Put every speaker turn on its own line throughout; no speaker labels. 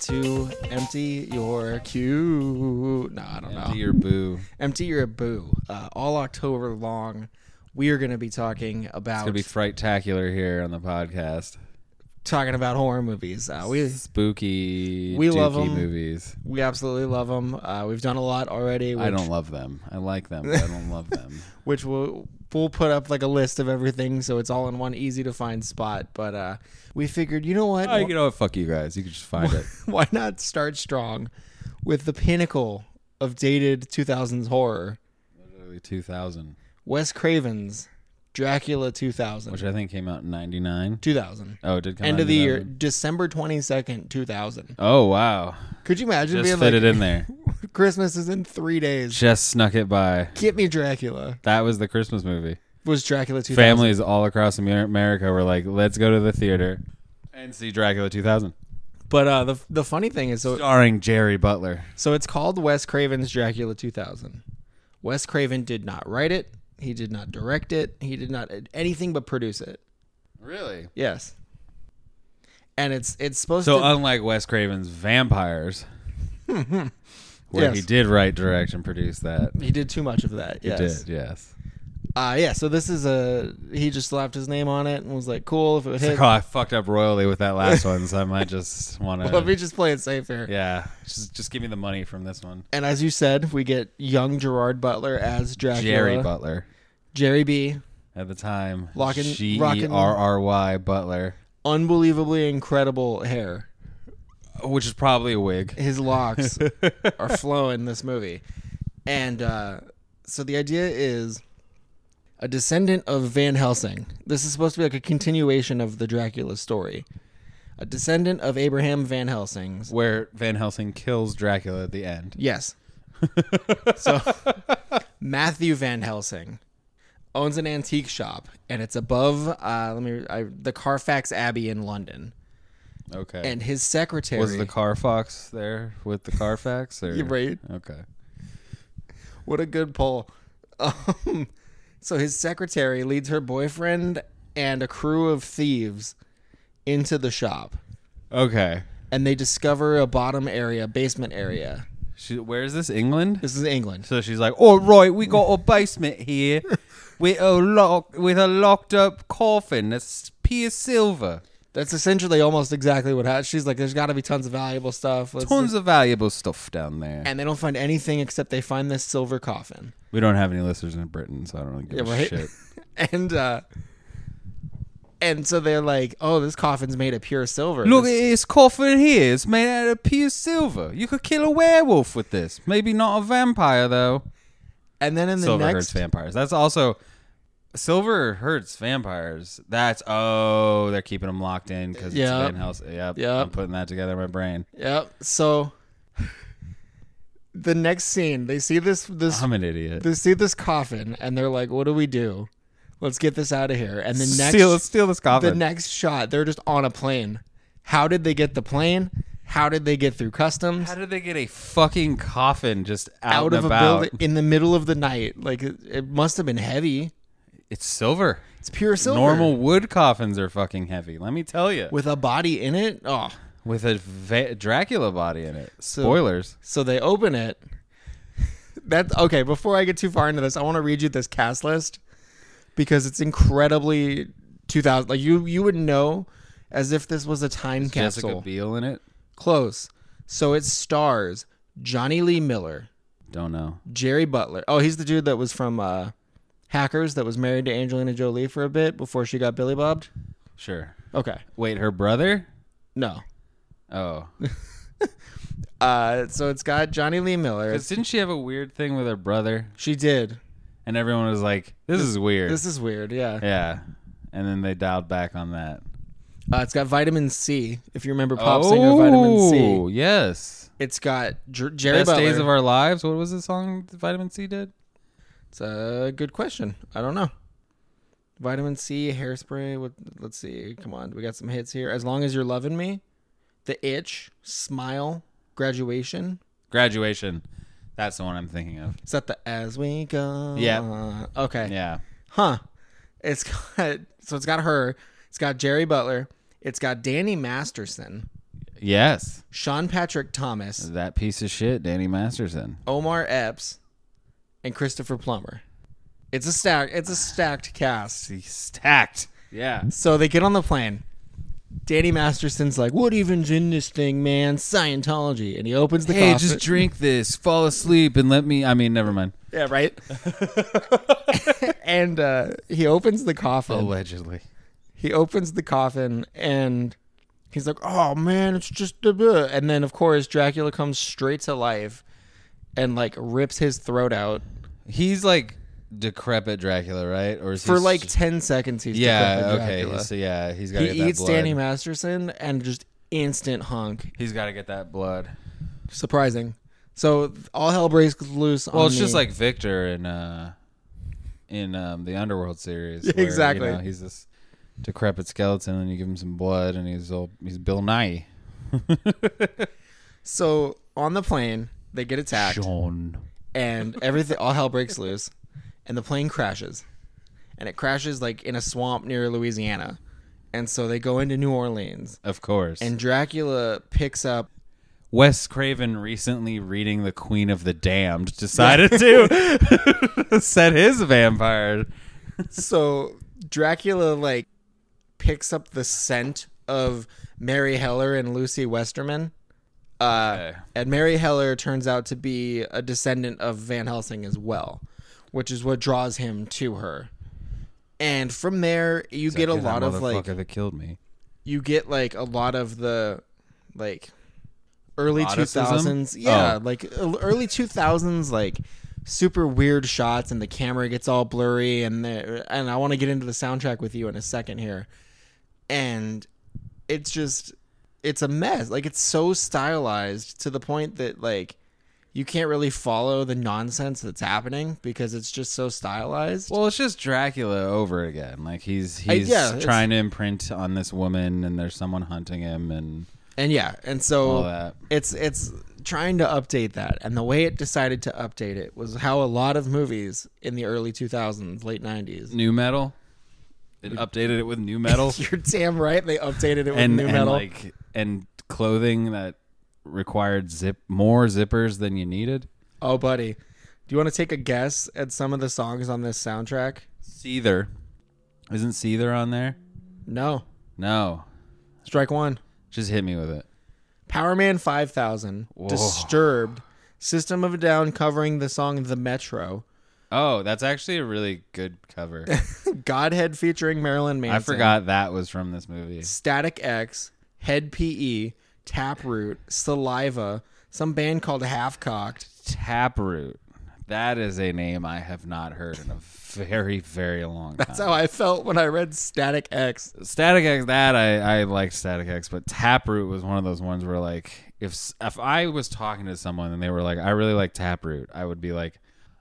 to empty your queue. No, I don't know.
Empty your boo.
empty your boo. Uh, all October long, we are going to be talking
It's
about
gonna be frightacular here on the podcast.
talking about horror movies. Uh, we
Spooky,
We
we
love 'em.
movies.
we absolutely love them. Uh, we've done a lot already. Which,
I don't love them. I like them, but I don't love them.
Which we'll we'll put up like a list of everything, so it's all in one easy to find spot. But uh, we figured, you know what?
I, you know what? Fuck you guys. You can just find it.
why not start strong with the pinnacle of dated 2000s horror,
Literally 2000,
Wes Craven's Dracula 2000.
which I think came out in 99.
2000.
Oh, it did come
End
out
of the
in
year,
2000.
December 22nd, 2000.
Oh wow!
Could you imagine
Just
being
fit
like,
it in there.
Christmas is in three days.
Just snuck it by.
Get me Dracula.
That was the Christmas movie.
Was Dracula 2000.
Families all across Amer- America were like, "Let's go to the theater and see Dracula 2000."
But uh, the, the funny thing is, so,
starring Jerry Butler.
so it's called Wes Craven's Dracula 2000. Wes Craven did not write it. He did not direct it. He did not anything but produce it.
Really?
Yes. And it's it's supposed
So uh,
to
unlike Wes Craven's Vampires, where he
Yes.
did write, direct, and produce that,
he did too much of that.
he
Yes.
did. Yes.
Uh yeah, so this is a he just slapped his name on it and was like, "Cool, if it
It's
hit,
like, oh, I fucked up royally with that last one, so I might just want
let me
to.
just play it safe here."
Yeah, just just give me the money from this one.
And as you said, we get young Gerard Butler as Dracula.
Jerry Butler
Jerry B.
at the time.
Lockin-
G
rockin-
E R R Y Butler,
Unbelievably incredible hair.
which is probably a wig.
His locks are flowing in this movie. And uh, so the idea is a descendant of Van Helsing. This is supposed to be like a continuation of the Dracula story. A descendant of Abraham Van Helsing's.
Where Van Helsing kills Dracula at the end.
Yes. so Matthew Van Helsing owns an antique shop, and it's above uh, let me I, the Carfax Abbey in London.
Okay.
And his secretary
was the Carfax there with the Carfax? Or?
You're right.
Okay.
What a good poll. Um, so his secretary leads her boyfriend and a crew of thieves into the shop,
Okay.
and they discover a bottom area, basement area.
She, where is this? England?
This is England.
So she's like, "All right, we got a basement here with a lock with a locked up coffin that's pure silver,
That's essentially almost exactly what happened. She's like, "There's got to be tons of valuable stuff." Let's
tons of valuable stuff down there."
and they don't find anything except they find this silver coffin.
we don't have any listeners in Britain, so I don't really give
Yeah,
a
right.
Oh, shit.
and uh and so they're like, "Oh, this coffin's made of pure silver."
Look at
This-
this coffin here; it's made out of pure silver. You could kill a werewolf with this. Maybe not a vampire though.
and then in the
silver hurts
next
vampires. That's also silver hurts vampires. That's oh, they're keeping them locked in because
Yep.
it's Van Helsing. Yep,
Yep.
I'm putting that together in my brain.
Yep. So the next scene, they see this this
I'm an idiot.
they see this coffin and they're like, "What do we do? Let's get this out of here." And the next
steal, steal this
the
coffin.
next shot, they're just on a plane. How did they get the plane? How did they get through customs?
How did they get a fucking coffin just out,
Out
and
of a
about?
building in the middle of the night. Like it, it must have been heavy.
It's silver.
It's pure silver.
Normal wood coffins are fucking heavy. Let me tell you. With,
with a body in it. Oh,
a va- Dracula body in it. Spoilers.
so they open it. That okay. Before I get too far into this, I want to read you this cast list because it's incredibly 2000. Like you, you would know as if this was a time
Jessica
capsule.
Biel in it.
Close. So it stars Johnny Lee Miller,
Don't know.
Jerry Butler. Oh, he's the dude that was from uh, Hackers that was married to Angelina Jolie for a bit before she got Billy Bobbed.
Sure.
Okay,
Wait, her brother?
no.
Oh,
Uh, so it's got Johnny Lee Miller.
'Cause didn't she have a weird thing with her brother?
She did.
And everyone was like, "This is weird."
This is weird. Yeah.
yeah. And then they dialed back on that.
Uh, it's got vitamin C. If you remember pop singer vitamin C,
Oh, yes.
it's got Jer- Jerry
Best
Butler.
days of our lives. What was the song that Vitamin C did?
it's a good question. I don't know. Vitamin C, hairspray. What, let's see. Come on, we got some hits here. As long as you're loving me, the itch, smile, graduation.
Graduation. That's the one I'm thinking of.
Is that the as we go?
Yep.
Okay.
Yeah.
Huh. It's got so it's got her. It's got Jerry Butler. It's got Danny Masterson.
Yes.
Sean Patrick Thomas,
That piece of shit, Danny Masterson.
Omar Epps, and Christopher Plummer. It's a stack. It's a stacked cast.
He's stacked. Yeah.
So they get on the plane. Danny Masterson's like, "What even's in this thing, man? Scientology." And he opens the
Hey,
coffin.
just drink this, fall asleep, and let me. I mean, never mind.
yeah, right. and uh, he opens the coffin.
Allegedly.
he opens the coffin and he's like, "Oh man, it's just a bit." And then of course Dracula comes straight to life and like rips his throat out
He's like decrepit Dracula, right? Or is
for
he
like
s-
ten seconds. He's
yeah,
decrepit
okay.
Dracula.
So yeah, he's got.
He eats Danny Masterson and just instant hunk.
He's got to get that blood.
Surprising. So all hell breaks loose.
Well,
on
it's just
the-
like Victor in uh in um, the Underworld series.
Yeah,
where, you
exactly.
know, he's this decrepit skeleton, and you give him some blood, and he's all he's Bill Nye.
so on the plane they get attacked.
Sean.
and everything all hell breaks loose and the plane crashes and it crashes like in a swamp near louisiana and so they go into new orleans
Of course.
and dracula picks up
Wes Craven recently reading The Queen of the Damned decided to set his vampire.
so dracula like picks up the scent of mary heller and lucy westerman uh,
Okay.
and mary heller turns out to be a descendant of van helsing as well which is what draws him to her and from there you get a
Get that
lot of like
motherfucker that killed me.
you get like a lot of the like early two
Eroticism?
thousands, yeah,
Oh.
like el- early two thousands, like super weird shots, and the camera gets all blurry, and the, and I want to get into the soundtrack with you in a second here, and it's just it's a mess. Like it's so stylized to the point that like you can't really follow the nonsense that's happening because it's just so stylized.
Well, it's just Dracula over again. Like he's
I-
he's
yeah, it's-
trying to imprint on this woman, and there's someone hunting him, and
and yeah, and
all
so
that.
it's it's trying to update that and the way it decided to update it was how a lot of movies in the early 2000s late 90s
New metal. It updated it with new metal
you're damn right they updated it with
and
new
and
metal
like and clothing that required zip more zippers than you needed.
oh buddy do you want to take a guess at some of the songs on this soundtrack
Seether, isn't Seether on there?
no
No,
strike one
just hit me with it.
power man 5000 disturbed system of a down covering the song the metro
Oh, that's actually a really good cover.
godhead featuring marilyn manson
I forgot that was from this movie.
Static X, Head PE, Taproot, Saliva, some band called Half Cocked.
Taproot. That is a name I have not heard in a very, very long time.
That's how I felt when I read Static X.
Static X, that I, I liked Static X, but Taproot was one of those ones where, like, if s- if I was talking to someone and they were like, I really like Taproot, I would be like,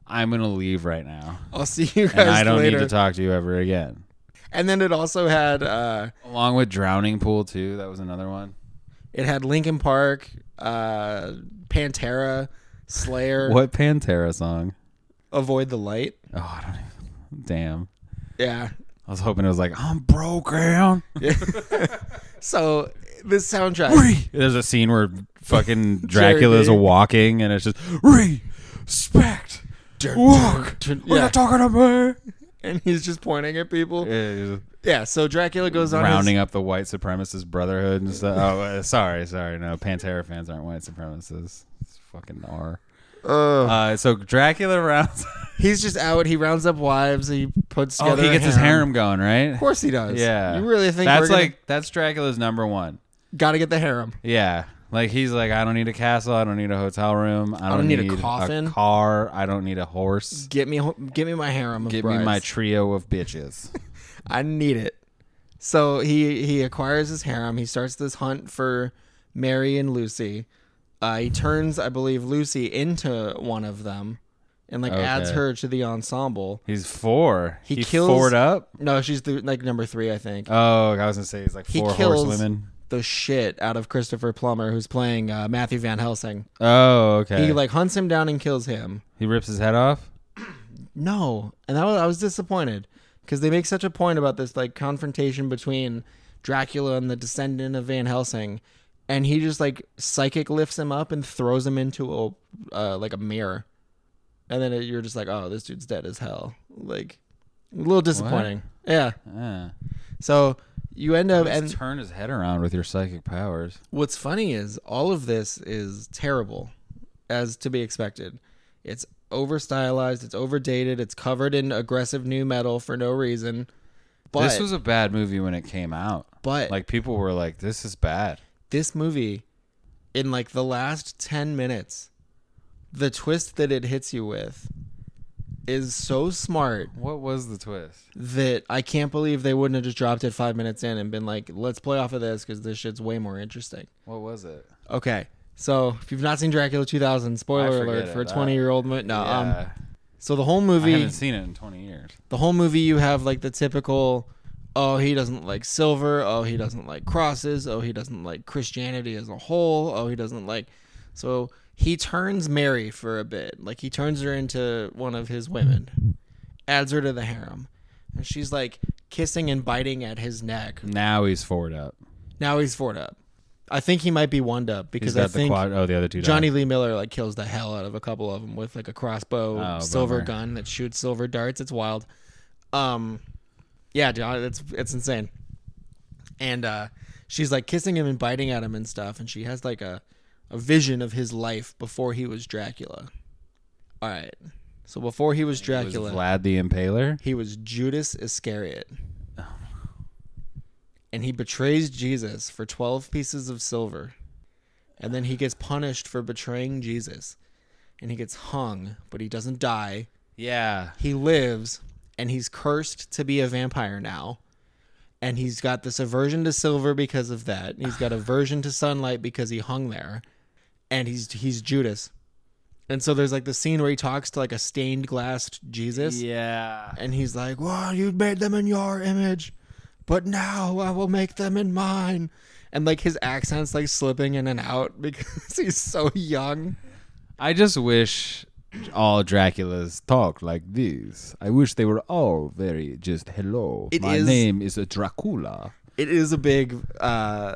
I'm going to leave right now.
I'll see you
And
guys
I don't
later.
need to talk to you ever again.
and then it also had uh,
Along with Drowning Pool, too. That was another one.
it had Linkin Park, uh, Pantera, Slayer,
What Pantera song?
Avoid the Light.
Oh, I don't even. Damn.
Yeah.
I was hoping it was like, I'm broken.
So this soundtrack,
Re- There's a scene where fucking Dracula's
Jeremy.
walking and it's just respect. Walk.
dun,
We're
yeah.
not talking about
and he's just pointing at people.
me.
Yeah. So Dracula goes on. his-
Rounding up the white supremacist brotherhood and stuff. Oh, uh, sorry, sorry. No, Pantera fans aren't white supremacists. It's fucking R.
Ugh.
Uh, so Dracula rounds.
he's just out. He rounds up wives. He puts
oh,
together.
he
a
gets his harem going, right?
Of course he does.
Yeah.
You really think
that's
we're gonna-
like that's Dracula's number one?
gotta get the harem?
Yeah. Like he's like, I don't need a castle. I don't need a hotel room. I don't, need, a
coffin."
car. I don't need a horse.
Get me, get me my harem. Of
Give
brides.
me my trio of bitches.
I need it. So he he acquires his harem. He starts this hunt for Mary and Lucy. Uh, he turns, I believe, Lucy into one of them, and like adds
Okay.
her to the ensemble.
He's four.
He kills-
Ford up.
No, she's the, like number three, I think.
Oh, I was gonna say he's like
He
four
kills-
horsewomen.
the shit out of Christopher Plummer, who's playing uh, Matthew Van Helsing.
Oh, okay.
He
He,
like hunts him down and kills him.
rips his head off.
No, and that was, I was disappointed because they make such a point about this like confrontation between Dracula and the descendant of Van Helsing, and he just like psychic lifts him up and throws him into a uh, like a mirror, and then you're just like, oh, this dude's dead as hell. Like a little disappointing. Yeah.
Ah.
So you end up
Just
and
turn his head around with your psychic powers.
What's funny is all of this is terrible, as to be expected. It's over stylized, it's overdated, it's covered in aggressive new metal for no reason. But
this was a bad movie when it came out.
but
Like people were like, "This is bad."
this movie, in like the last ten minutes, the twist that it hits you with is so smart
What was the twist?
that I can't believe they wouldn't have just dropped it five minutes in and been like, "Let's play off of this because this shit's way more interesting."
What was it?
Okay. So if you've not seen Dracula 2000, spoiler
forget
alert for a
it.
20 year old movie. No. Um,
Yeah.
so the whole
I
movie,
haven't seen it in 20 years.
the whole movie, you have like the typical, oh he doesn't like silver, oh he doesn't like crosses, oh he doesn't like Christianity as a whole, oh he doesn't like. So he turns Mary for a bit, like he turns her into one of his women, adds her to the harem, and she's like kissing and biting at his neck.
Now he's forward up.
Now he's forward up. I think he might be one up
He's
because
got
I
the
think
quad. Oh, the other two. died.
Johnny Lee Miller like kills the hell out of a couple of them with like a crossbow
Oh,
silver
bummer.
gun that shoots silver darts. It's wild. Um, yeah, John, it's it's insane. And uh, she's like kissing him and biting at him and stuff, and she has like a a vision of his life before he was Dracula. All right, so before he was
was
Dracula,
Vlad the Impaler.
he was Judas Iscariot. And he betrays Jesus for 12 pieces of silver. And then he gets punished for betraying Jesus. And he gets hung, but he doesn't die.
Yeah.
He lives, and he's cursed to be a vampire now. And he's got this aversion to silver because of that. He's got aversion to sunlight because he hung there. And he's he's Judas. And so there's like the scene where he talks to like a stained glass Jesus.
Yeah.
And he's like, Well, you made them in your image, but now I will make them in mine. And like his accent's like slipping in and out because he's so young.
I just wish all Draculas talked like this. I wish they were all very just hello.
It
My
is-
name is a Dracula.
It is a big uh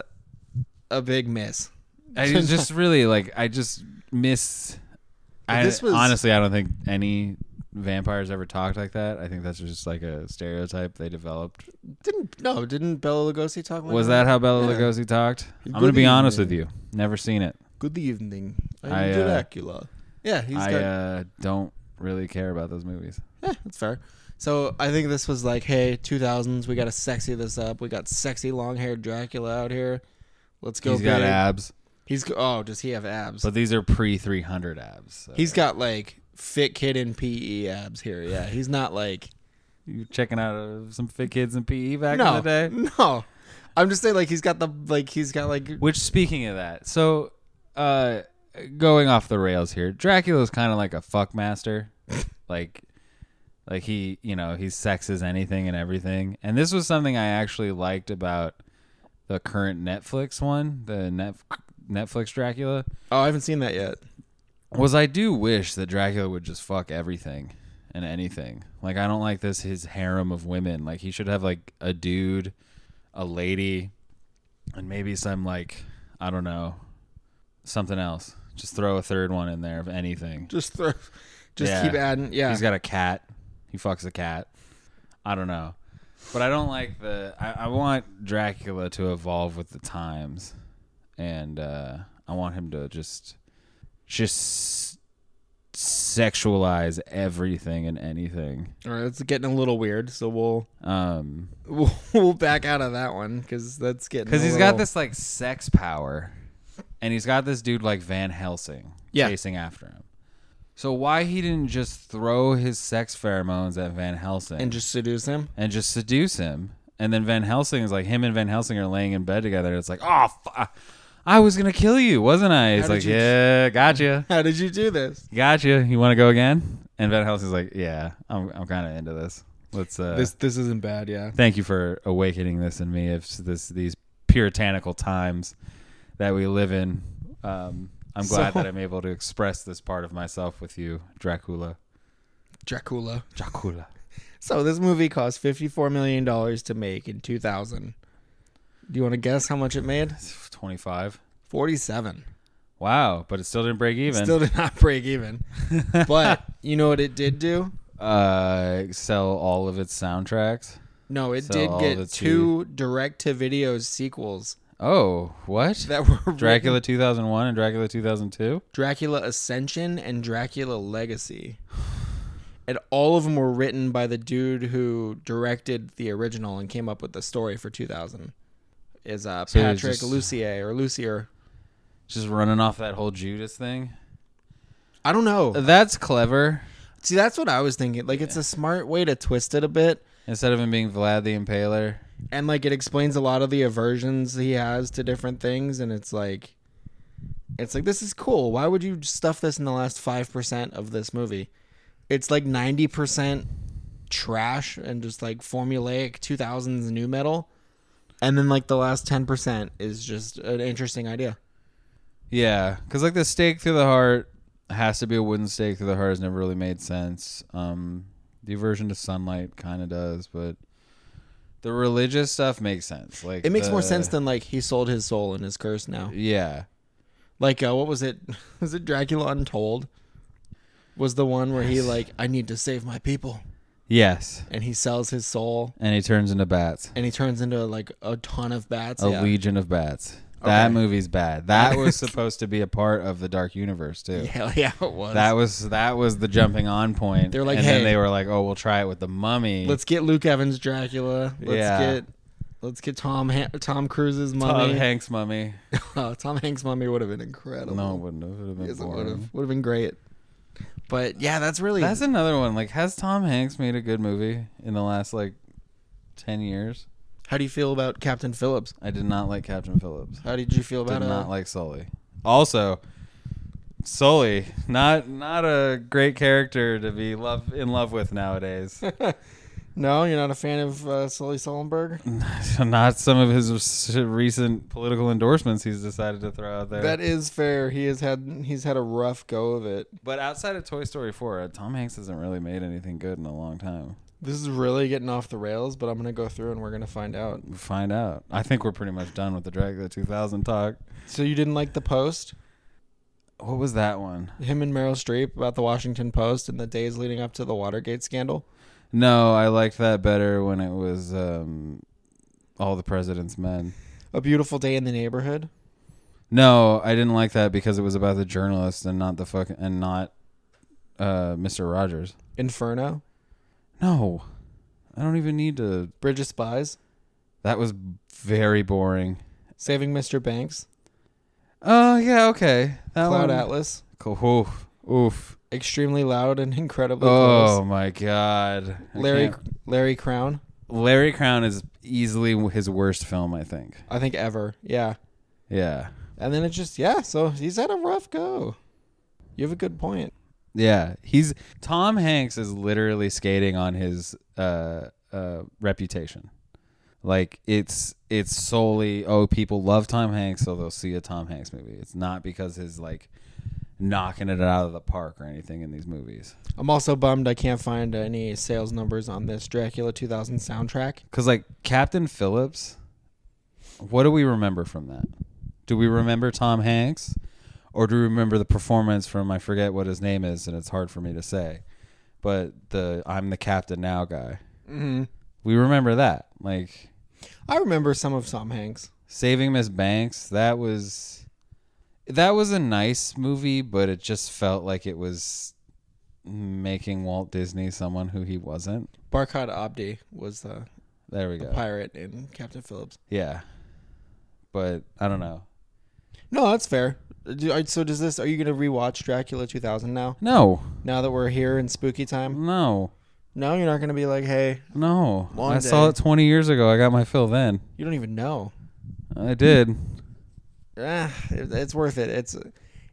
a big miss.
I was just really like I just miss. I
This was-
honestly I don't think any vampires ever talked like that. I think that's just like a stereotype they developed.
Didn't no, didn't Bella Lugosi talk like
Was that how Bela Lugosi talked? I'm gonna
Good
be honest
evening.
with you. Never seen it.
good evening. I'm
I, uh,
Dracula. yeah, he's
I
got
uh, don't really care about those movies.
Yeah, that's fair. So I think this was like, hey, 2000s, we got to sexy this up. We got sexy long-haired Dracula out here. Let's go.
He's got
big.
abs,
He's oh, does he have abs?
but these are pre 300 abs. so
He's got like fit kid in PE E abs here. Yeah, he's not like
you checking out uh, some fit kids in PE back
no,
in the day.
no. I'm just saying, like he's got the like he's got like
Which, speaking of that, so uh, going off the rails here, Dracula's kind of like a fuck master, like, like he, you know, he sexes anything and everything. And this was something I actually liked about the current Netflix one, the net, Netflix Dracula,
oh, I haven't seen that yet.
was I do wish that Dracula would just fuck everything and anything. Like I don't like this his harem of women. Like he should have like a dude, a lady, and maybe some like I don't know something else. Just throw a third one in there of anything.
Just throw, just
Yeah.
keep adding. Yeah,
He's got a cat. He fucks a cat. I don't know. But I don't like the. I, I want Dracula to evolve with the times, and uh, I want him to just, just sexualize everything and anything.
all right, it's getting a little weird. So we'll
Um,
we'll, we'll back out of that one because that's getting
because
because
he's got this like sex power, and he's got this dude like Van Helsing
Yeah.
chasing after him. So why he didn't just throw his sex pheromones at Van Helsing
and just seduce him.
and just seduce him. And then Van Helsing is like, him and Van Helsing are laying in bed together. It's like, oh, fu- I was gonna kill you, wasn't I? He's
did
like,
you-
yeah, gotcha,
How did you do this?
gotcha. You want to go again? And Van Helsing's like, yeah, I'm, I'm kind of into this. Let's. Uh,
This this isn't bad. Yeah,
thank you for awakening this in me. If this these puritanical times that we live in, um, I'm glad
So-
that I'm able to express this part of myself with you, Dracula.
Dracula.
Dracula.
So this movie cost fifty four million dollars to make in two thousand. Do you want to guess how much it made?
Twenty five.
47.
Wow, but it still didn't break even.
Still did not break even. but you know what it did do?
uh, sell all of its soundtracks.
No, it
So
did
all the
get
TV
two direct to video sequels
Oh, what?
that were written-
Dracula 2001 and Dracula 2002.
Dracula Ascension and Dracula Legacy. And all of them were written by the dude who directed the original and came up with the story for 2000. Is uh,
So it was
Patrick
just-
Lucier or Lucier?
Just running off that whole Judas thing.
I don't know.
That's clever.
See, that's what I was thinking. Like, it's a smart way to twist it a bit,
Instead of him being Vlad the Impaler,
and like it explains a lot of the aversions he has to different things. And it's like, it's like this is cool. Why would you stuff this in the last five percent of this movie? It's like ninety percent trash and just like formulaic two thousands new metal, and then like the last ten percent is just an interesting idea.
Yeah, because like the stake through the heart has to be a wooden stake through the heart has never really made sense. Um, the aversion to sunlight kind of does, but the religious stuff makes sense. Like
It makes more
the-
sense than like he sold his soul and is cursed now.
yeah.
Like uh, what was it? Was it Dracula Untold? Was the one where he like I need to save my people,
Yes,
and he sells his soul,
and he turns into bats,
and he turns into like a ton of bats.
a
yeah.
legion of bats. That
Okay.
movie's bad. That was supposed to be a part of the dark universe too.
Hell yeah, it was.
That was that was the jumping on point.
They're like,
and then
"Hey."
they were like, oh, we'll try it with the mummy.
Let's get Luke Evans Dracula. Let's
Yeah.
get let's get Tom ha- Tom Cruise's
Tom
mummy.
Hanks mummy.
Oh, Tom Hanks' mummy would have been incredible.
No, it wouldn't have. It would have been
yes, it
boring.
would have would have been great. But yeah, that's really
That's another one. Like, has Tom Hanks made a good movie in the last like ten years?
how do you feel about Captain Phillips?
I did not like Captain Phillips.
How did you feel
Did
about
not
uh,
like Sully. Also, Sully, not not a great character to be love in love with nowadays.
No, you're not a fan of uh, Sully Sullenberg.
not some of his s- recent political endorsements he's decided to throw out there.
That is fair. He has had he's had a rough go of it.
but outside of Toy Story four, uh, Tom Hanks hasn't really made anything good in a long time.
This is really getting off the rails, but I'm gonna go through and we're gonna find out.
We'll find out. I think we're pretty much done with the Dracula two thousand talk.
So you didn't like the post?
What was that one?
Him and Meryl Streep about the Washington Post and the days leading up to the Watergate scandal.
No, I liked that better when it was um, all the president's men.
A beautiful day in the neighborhood.
No, I didn't like that because it was about the journalist and not the fucking and not uh, Mr. Rogers.
Inferno.
No, I don't even need to.
Bridge of Spies.
That was very boring.
Saving Mr. Banks.
Oh yeah, okay. That
Cloud
one.
Atlas.
Cool. Oof. Oof.
Extremely loud and incredibly
Oh my god. I
close. Larry
can't-
Larry Crown.
Larry Crown is easily his worst film. I think.
I think ever. Yeah.
Yeah.
And then it just yeah, so he's had a rough go. You have a good point.
Yeah, he's Tom Hanks is literally skating on his uh, uh, reputation. Like it's it's solely oh people love Tom Hanks so they'll see a Tom Hanks movie. It's not because his like knocking it out of the park or anything in these movies.
I'm also bummed I can't find any sales numbers on this Dracula 2000 soundtrack.
Cause like Captain Phillips, what do we remember from that? Do we remember Tom Hanks, or do we remember the performance from I forget what his name is and it's hard for me to say, but the I'm the captain now guy.
Mm-hmm.
we remember that. Like
I remember some of Tom Hanks.
Saving Miss Banks, that was that was a nice movie, but it just felt like it was making Walt Disney someone who he wasn't.
Barkhad Abdi was the,
There we
the
go.
pirate in Captain Phillips.
Yeah. But I don't know.
No, that's fair. Do- I- So does this? Are you gonna rewatch Dracula 2000 now?
No.
Now that we're here in spooky time?
No.
No, you're not gonna be like, hey,
No.
Long
I saw
day.
it 20 years ago. I got my fill then.
you don't even know.
I did.
Ah, it- it's worth it. It's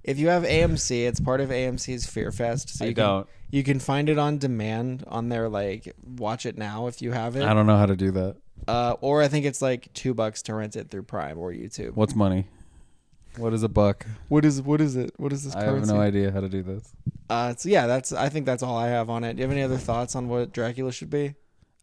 if you have AMC, it's part of AMC's Fear Fest. So
I
you
don't.
Can, you can find it on demand on their like watch it now if you have
I
it.
don't know how to do that.
Uh, or I think it's like two bucks to rent it through Prime or YouTube.
What's money? What is a buck?
What is what is it? What is this
I have no idea how to do this.
Uh, so yeah, that's I think that's all I have on it. Do you have any other thoughts on what Dracula should be?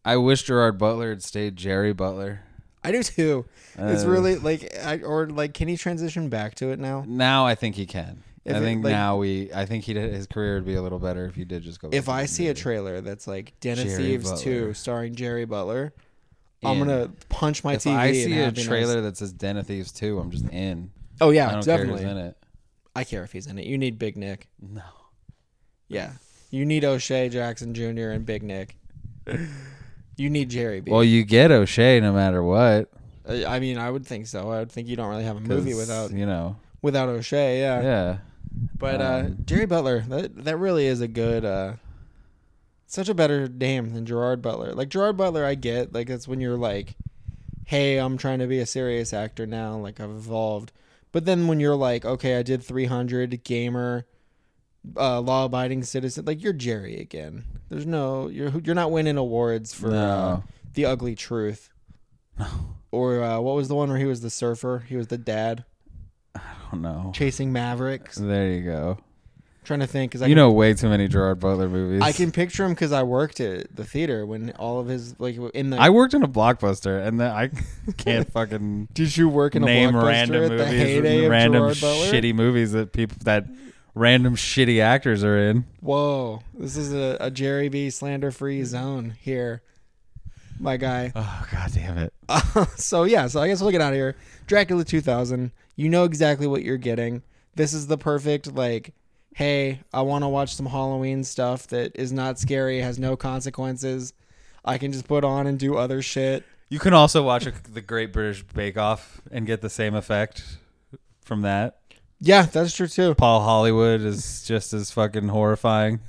I wish Gerard Butler had stayed Jerry Butler.
I do too. it's
Uh.
really like, I, or like, can he transition back to it now?
Now I think he can.
If
I
it,
think
like-
now we. I think he did, his career would be a little better if he did just go.
If I see a
train,
trailer that's like Den of
Jerry
Thieves
Butler.
2 starring Jerry Butler, I'm
In.
gonna punch my
if
TV.
I
in
see a
happiness.
trailer that says Den of Thieves two, I'm just in.
oh
I
yeah,
don't
definitely.
care who's in it.
I care if he's in it. You need Big Nick.
No.
Yeah, you need O'Shea Jackson Jr. and Big Nick. You need Jerry B.
Well, you get O'Shea no matter what.
Uh, I mean, I would think so. I would think you don't really have a movie
'cause,
without
you know.
without O'Shea. Yeah,
Yeah.
but uh,
Um,
Jerry Butler, that that really is a good. Uh, such a better name than Gerard Butler. Like Gerard Butler, I get like that's when you're like, hey, I'm trying to be a serious actor now. Like I've evolved. But then when you're like, okay, I did 300 gamer, uh, law-abiding citizen, like you're Jerry again. There's no you're you're not winning awards for uh,
No.
the ugly truth.
No.
Or uh, what was the one where he was the surfer? He was the dad
I don't know.
chasing mavericks.
There you go.
trying to think because I
Uh, You
can,
know way too many Gerard Butler movies.
I can picture him because I worked at the theater when all of his like in the.
I worked in a blockbuster, and then I can't fucking
did you work in a
name
blockbuster
random
at the
movies,
heyday of
random
Gerard Butler?
shitty movies that people that random shitty actors are in.
Whoa, this is a, a Jerry B slander free zone here, my guy.
Oh god damn it!
so yeah, so I guess we'll get out of here. Dracula 2000. You know exactly what you're getting. This is the perfect like. Hey, I want to watch some Halloween stuff that is not scary, has no consequences. I can just put on and do other shit.
You can also watch a, the Great British Bake Off and get the same effect from that.
Yeah, that's true too.
Paul Hollywood is just as fucking horrifying.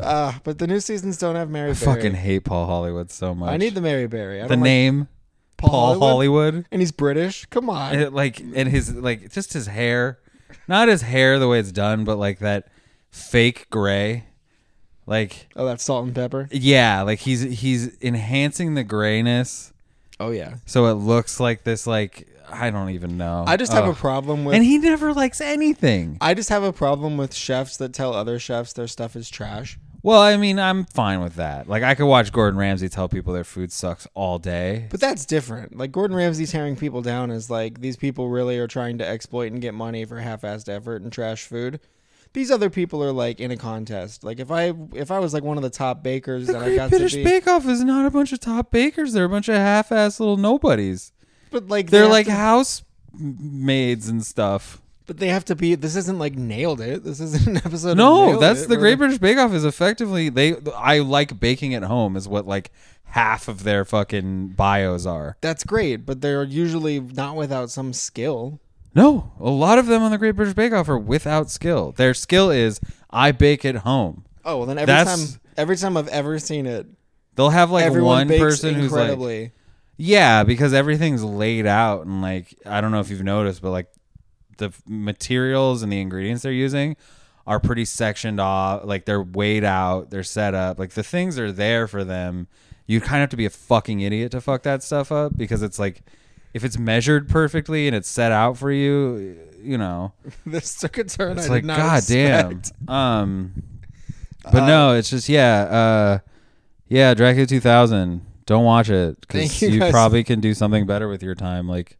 Uh, but the new seasons don't have Mary
I
Berry.
fucking hate Paul Hollywood so much.
I need the Mary Berry. I
the
don't like
name Paul, Hollywood.
And he's British. Come on.
And it, like and his like just his hair, not his hair the way it's done, but like that fake gray, like.
oh, that's salt and pepper.
Yeah, like he's he's enhancing the grayness
Oh yeah.
so it looks like this like I don't even know.
I just have a
Ugh.
problem with.
And he never likes anything.
I just have a problem with chefs that tell other chefs their stuff is trash.
Well, I mean, I'm fine with that. Like I could watch Gordon Ramsay tell people their food sucks all day.
But that's different. Like Gordon Ramsay tearing people down is like these people really are trying to exploit and get money for half-assed effort and trash food. These other people are like in a contest. Like if I if I was like one of the top bakers
The
and I
Great
got
British
to be,
Bake Off is not a bunch of top bakers. They're a bunch of half-ass little nobodies.
but like they
They're
have
like
to-
house maids and stuff.
But they have to be. This isn't like nailed it. This isn't an episode. of
No,
Nailed
that's
It
the
where
Great British Bake Off is effectively they. I like baking at home is what like half of their fucking bios are.
That's great, but they're usually not without some skill.
No, a lot of them on the Great British Bake Off are without skill. Their skill is I bake at home.
Oh well, then every
That's-
time, every time I've ever seen it,
They'll have like
everyone
one
bakes
person who's like,
incredibly.
yeah, because everything's laid out and like I don't know if you've noticed, but like the f- materials and the ingredients they're using are pretty sectioned off. Like they're weighed out, they're set up. Like the things are there for them. You kind of have to be a fucking idiot to fuck that stuff up because it's like if it's measured perfectly and it's set out for you, you know,
this took a turn.
it's
I
like
did not
god
expect. Uh,
damn. Um, but no, it's just yeah, uh, yeah, Dracula 2000. Don't watch it
Thank
because
you
you,
guys.
probably can do something better with your time. Like,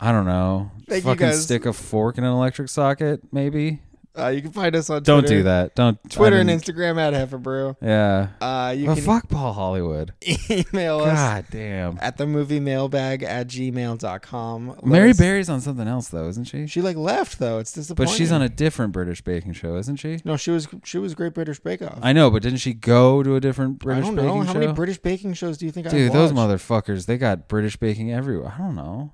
I don't know,
Thank you
fucking
guys.
stick a fork in an electric socket, maybe.
Uh, you can find us on
Don't
Twitter,
do that. Don't I
Twitter and
mean,
Instagram at Heiferbrew.
Yeah,
Uh, you
but
can
fuck Paul Hollywood.
email us
God damn.
at the movie mailbag at gmail.com. Let
Mary
us-
Berry's on something else though, isn't she?
She like left though. It's disappointing.
But she's on a different British baking show, isn't she?
No, she was she was Great British Bake Off.
I know, but didn't she go to a different British
I don't
baking
know how
show?
many British baking shows do you think I've
Dude, those
watched?
motherfuckers, they got British baking everywhere. I don't know.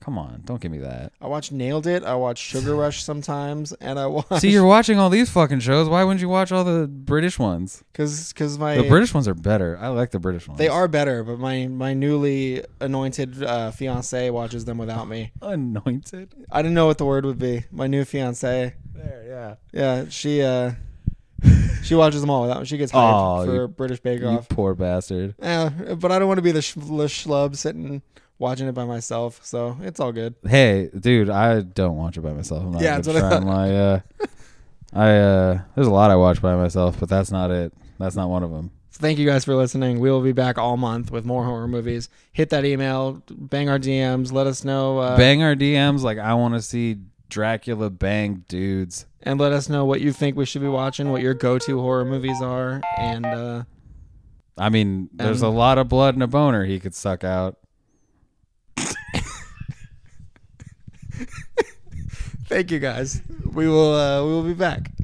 Come on, don't give me that.
I watch Nailed It. I watch Sugar Rush sometimes, and I watch
See, you're watching all these fucking shows. Why wouldn't you watch all the British ones?
because because my
The British ones are better. I like the British ones.
they are better, but my my newly anointed uh, fiance watches them without me.
anointed.
I didn't know what the word would be. My new fiance,
There, yeah.
yeah, she uh she watches them all without me. She gets hyped
Aw,
for
you-
British Bake
You
Off.
poor bastard.
Yeah, but I don't want to be the, sh- the schlub sitting watching it by myself, so it's all good.
Hey, dude, I don't watch it by myself. I'm not
Yeah,
yeah,
that's what I
trying.
thought.
I, uh, I uh, there's a lot I watch by myself, but that's not it. That's not one of them.
Thank you guys for listening. We will be back all month with more horror movies. Hit that email, bang our DMs, let us know, uh,
bang our DMs like I want to see Dracula bang dudes.
and let us know what you think we should be watching, what your go-to horror movies are, and uh,
I mean, there's
Um,
a lot of blood in a boner he could suck out.
thank you guys. We will uh, we will be back.